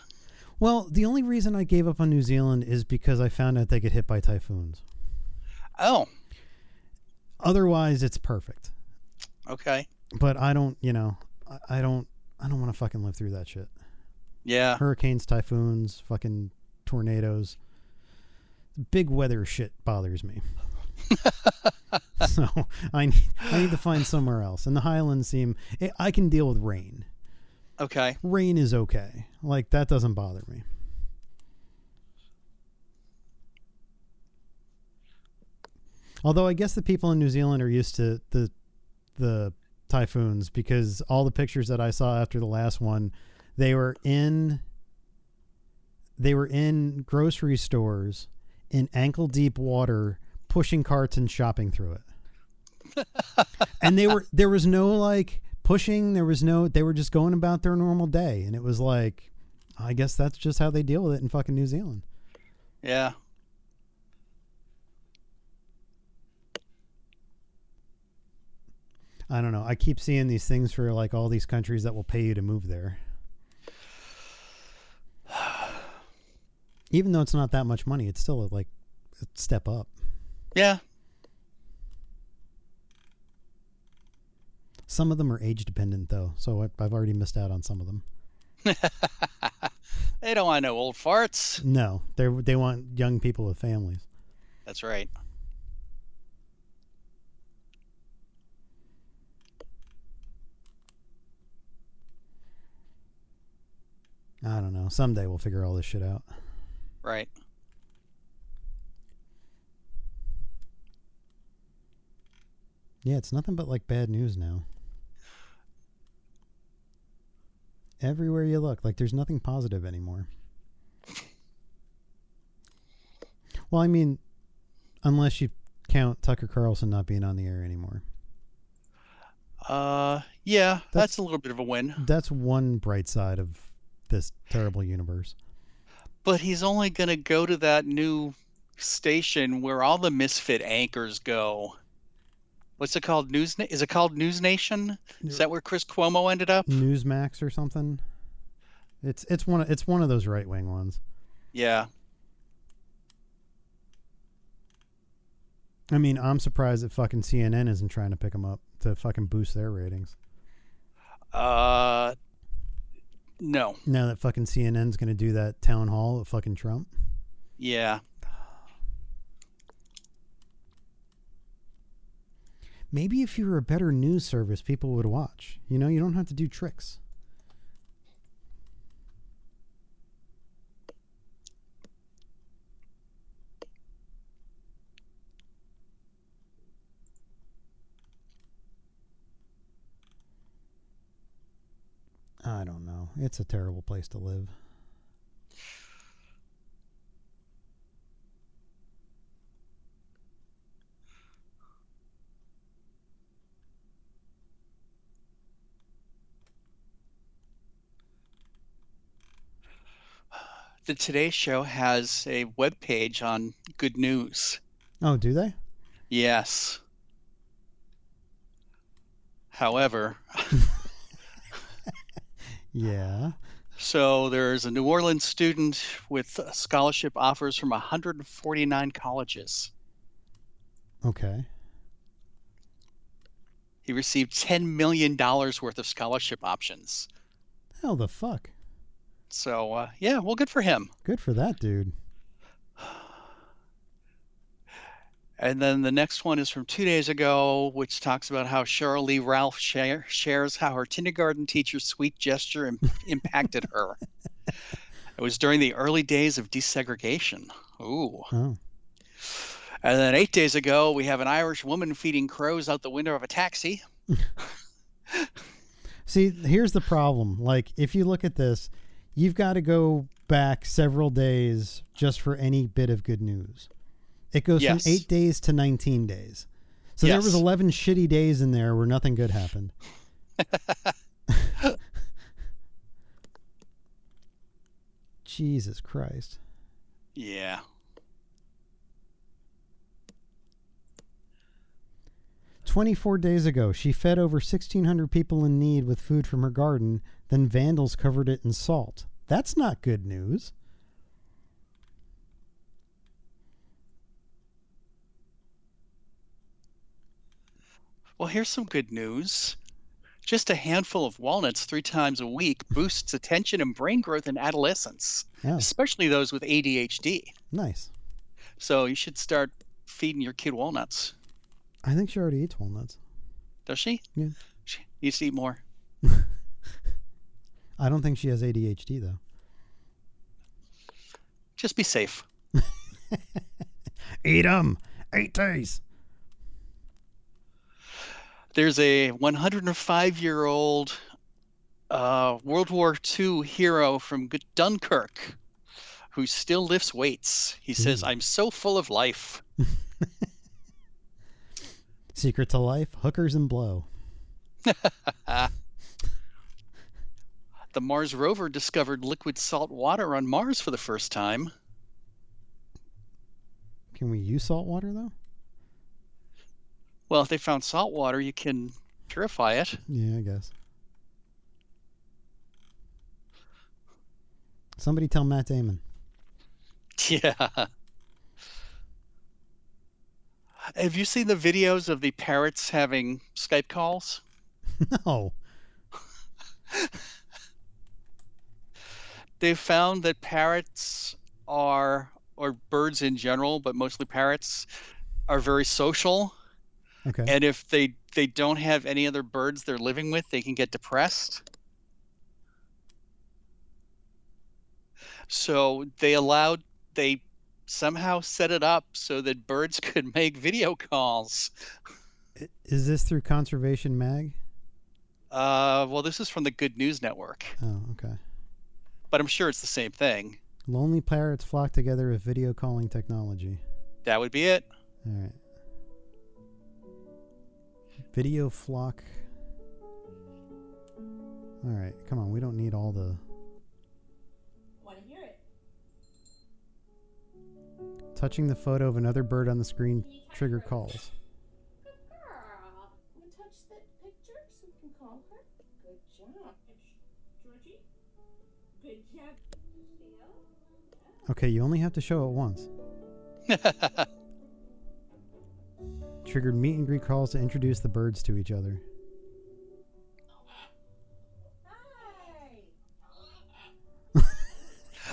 Well, the only reason I gave up on New Zealand is because I found out they get hit by typhoons. Oh, Otherwise, it's perfect. okay. But I don't, you know, I- I don't, I don't want to fucking live through that shit. Yeah. Hurricanes, typhoons, fucking tornadoes. Big weather shit bothers me. so I need, I need to find somewhere else. And the Highlands seem, I- I can deal with rain. Okay. Rain is okay. Like that doesn't bother me. Although I guess the people in New Zealand are used to the the typhoons because all the pictures that I saw after the last one, they were in they were in grocery stores in ankle deep water pushing carts and shopping through it. and they were there was no like pushing, there was no they were just going about their normal day and it was like I guess that's just how they deal with it in fucking New Zealand. Yeah. I don't know. I keep seeing these things for like all these countries that will pay you to move there. Even though it's not that much money, it's still like a step up. Yeah. Some of them are age dependent though, so I, I've already missed out on some of them. They don't want no old farts. No, they they want young people with families. That's right. I don't know. Someday we'll figure all this shit out. Right. Yeah, it's nothing but like bad news now. Everywhere you look, like there's nothing positive anymore. Well, I mean, unless you count Tucker Carlson not being on the air anymore. Uh, yeah, that's, That's- a little bit of a win. That's one bright side of this terrible universe. But he's only going to go to that new station where all the misfit anchors go. What's it called? News? Na- Is it called News Nation? Is that where Chris Cuomo ended up? Mm. Newsmax or something. It's it's one of, it's one of those right wing ones. Yeah. I mean, I'm surprised that fucking CNN isn't trying to pick them up to fucking boost their ratings. Uh, no. Now that fucking CNN's going to do that town hall at fucking Trump. Yeah. Maybe if you were a better news service, people would watch. You know, you don't have to do tricks. I don't know. It's a terrible place to live. The Today Show has a web page on good news. Oh, do they? Yes. However, Yeah. so there's a New Orleans student with scholarship offers from 149 colleges. Okay. He received $10 million worth of scholarship options How the fuck? So uh, yeah, well, good for him. Good for that dude. And then the next one is from two days ago, which talks about how Cheryl Lee Ralph share, shares how her kindergarten teacher's sweet gesture Im- impacted her. It was during the early days of desegregation. Ooh. Oh. And then eight days ago, we have an Irish woman feeding crows out the window of a taxi. See, here's the problem. Like, if you look at this, you've got to go back several days just for any bit of good news. It goes Yes. from eight days to 19 days. So there was Yes. 11 shitty days in there where nothing good happened. Jesus Christ. Yeah. Twenty-four days ago, she fed over sixteen hundred people in need with food from her garden. Then vandals covered it in salt. That's not good news. Well, here's some good news. Just a handful of walnuts three times a week boosts attention and brain growth in adolescents, Yeah, especially those with ADHD. Oh, nice. So you should start feeding your kid walnuts. I think she already eats walnuts. Does she? Yeah. She needs to eat more. I don't think she has ADHD though. Just be safe. Eat 'em. Eight days. There's a 105 year old uh, World War II hero from G- Dunkirk who still lifts weights. He says, I'm so full of life. Secret to life: hookers and blow. The Mars rover discovered liquid salt water on Mars for the first time. Can we use salt water though? Well, if they found salt water, you can purify it. Yeah, I guess. Somebody tell Matt Damon. Yeah. Have you seen the videos of the parrots having Skype calls? No. They found that parrots are, or birds in general, but mostly parrots, are very social. Okay. And if they they don't have any other birds they're living with, they can get depressed. So they allowed they somehow set it up so that birds could make video calls. I- Is this through Conservation Mag? Uh, well, this is from the Good News Network, Oh, okay. but I'm sure it's the same thing. Lonely parrots flock together with video calling technology. That would be it. All right. Video flock. All right, come on. We don't need all the Want to hear it? touching the photo of another bird on the screen trigger calls. Good girl. You can touch that picture so we can call her. Good job. Georgie? Good job. Theo? Okay, you only have to show it once. Triggered meet and greet calls to introduce the birds to each other.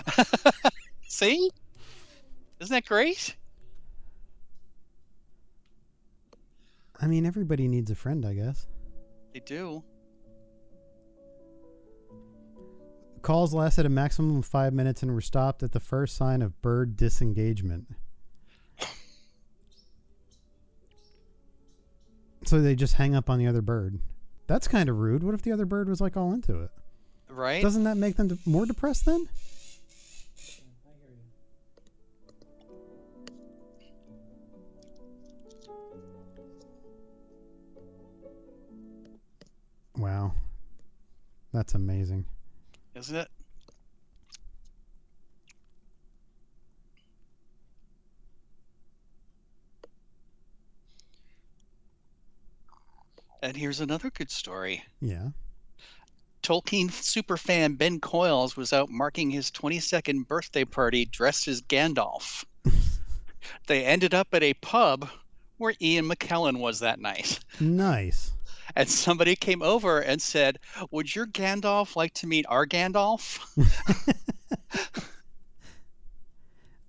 Hi. See? Isn't that great? I mean, everybody needs a friend, I guess. They do. Calls lasted a maximum of five minutes and were stopped at the first sign of bird disengagement. So they just hang up on the other bird. That's kind of rude. What if the other bird was like all into it? Right? Doesn't that make them de- more depressed then? Wow. That's amazing. Isn't it? And here's another good story. Yeah. Tolkien superfan Ben Coyles was out marking his 22nd birthday party dressed as Gandalf. they ended up at a pub where Ian McKellen was that night. Nice. and somebody came over and said, "Would your Gandalf like to meet our Gandalf?"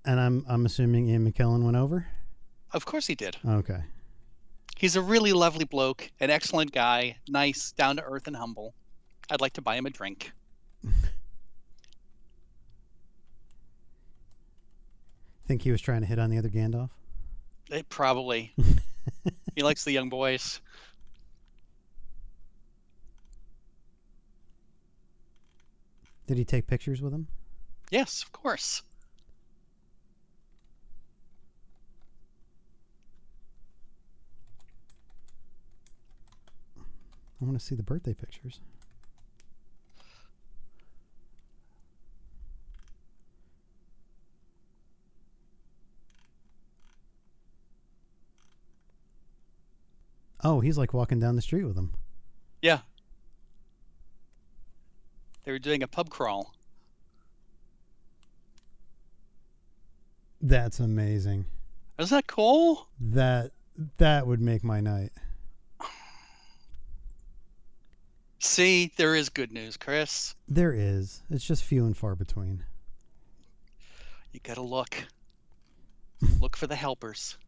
And I'm I'm assuming Ian McKellen went over. Of course he did. Okay. He's a really lovely bloke, an excellent guy, nice, down to earth, and humble. I'd like to buy him a drink. Think he was trying to hit on the other Gandalf. It Eh, probably. he likes the young boys. Did he take pictures with him? Yes, of course. I want to see the birthday pictures. Oh, he's like walking down the street with him. Yeah. They were doing a pub crawl. That's amazing. Isn't that cool? That that would make my night. See, there is good news, Chris. There is. It's just few and far between. You gotta look. look for the helpers.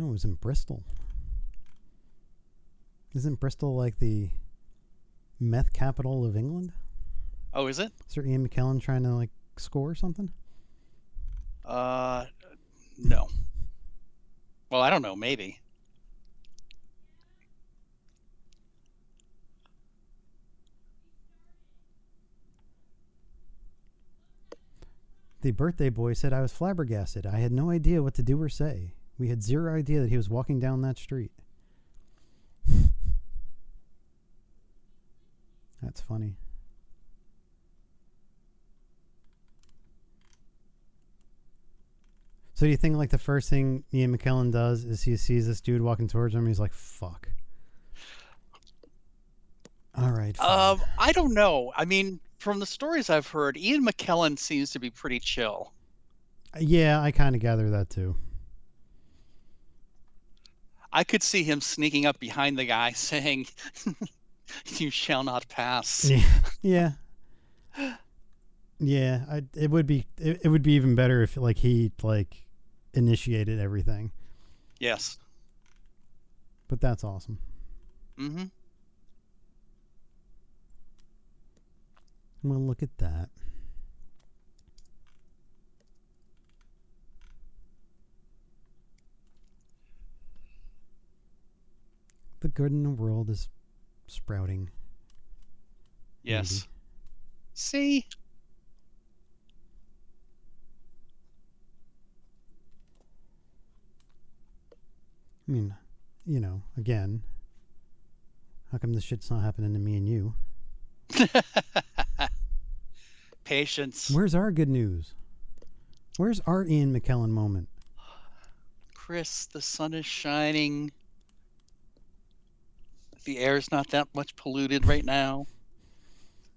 Oh, it was in Bristol. Isn't Bristol like the meth capital of England? Oh, is it? Sir Ian McKellen trying to like score or something? Uh, no. Well, I don't know. Maybe. The birthday boy said I was flabbergasted. I had no idea what to do or say. We had zero idea that he was walking down that street. That's funny. So do you think like the first thing Ian McKellen does is he sees this dude walking towards him and he's like, fuck. All right. fine. Um, I don't know. I mean, from the stories I've heard, Ian McKellen seems to be pretty chill. yeah, I kind of gather that too. I could see him sneaking up behind the guy saying, "You shall not pass." Yeah. Yeah. Yeah, I, it would be it, it would be even better if like he like initiated everything. Yes. But that's awesome. hmm Well, look at that. The good in the world is sprouting. Yes. See, I mean, you know, again, how come this shit's not happening to me and you? patience, Where's our good news? Where's our Ian McKellen moment? Chris. The sun is shining. The air's not that much polluted right now.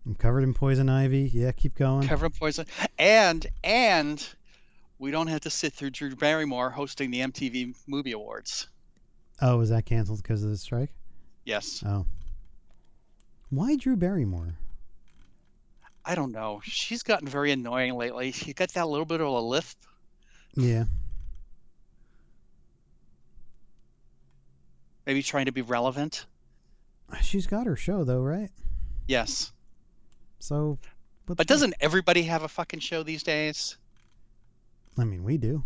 I'm covered in poison ivy. Yeah, keep going. Cover up poison, and and we don't have to sit through Drew Barrymore hosting the MTV Movie Awards. oh, was that canceled because of the strike? Yes. Oh. Why Drew Barrymore? I don't know. She's gotten very annoying lately. She got that little bit of a lisp. Yeah. maybe trying to be relevant. She's got her show though, right? Yes. So what's But doesn't everybody have a fucking show these days? that- I mean we do.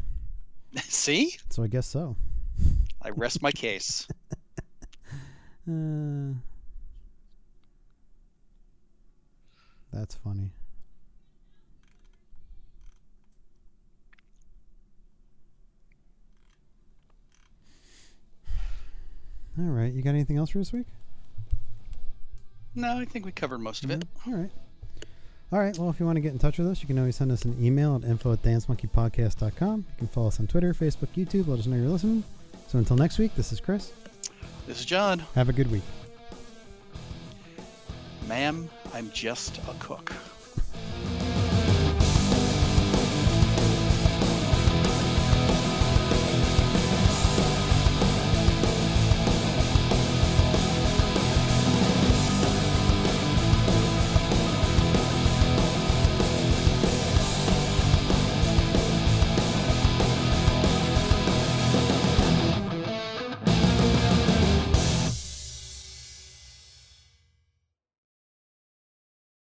See? So I guess so. I rest my case. Uh, that's funny. All right, you got anything else for this week? No, I think we covered most of it. All right. All right. Well, if you want to get in touch with us, you can always send us an email at info at dancemonkeypodcast.com. You can follow us on Twitter, Facebook, YouTube. Let us know you're listening. So until next week, this is Chris. This is John. Have a good week. Ma'am, I'm just a cook.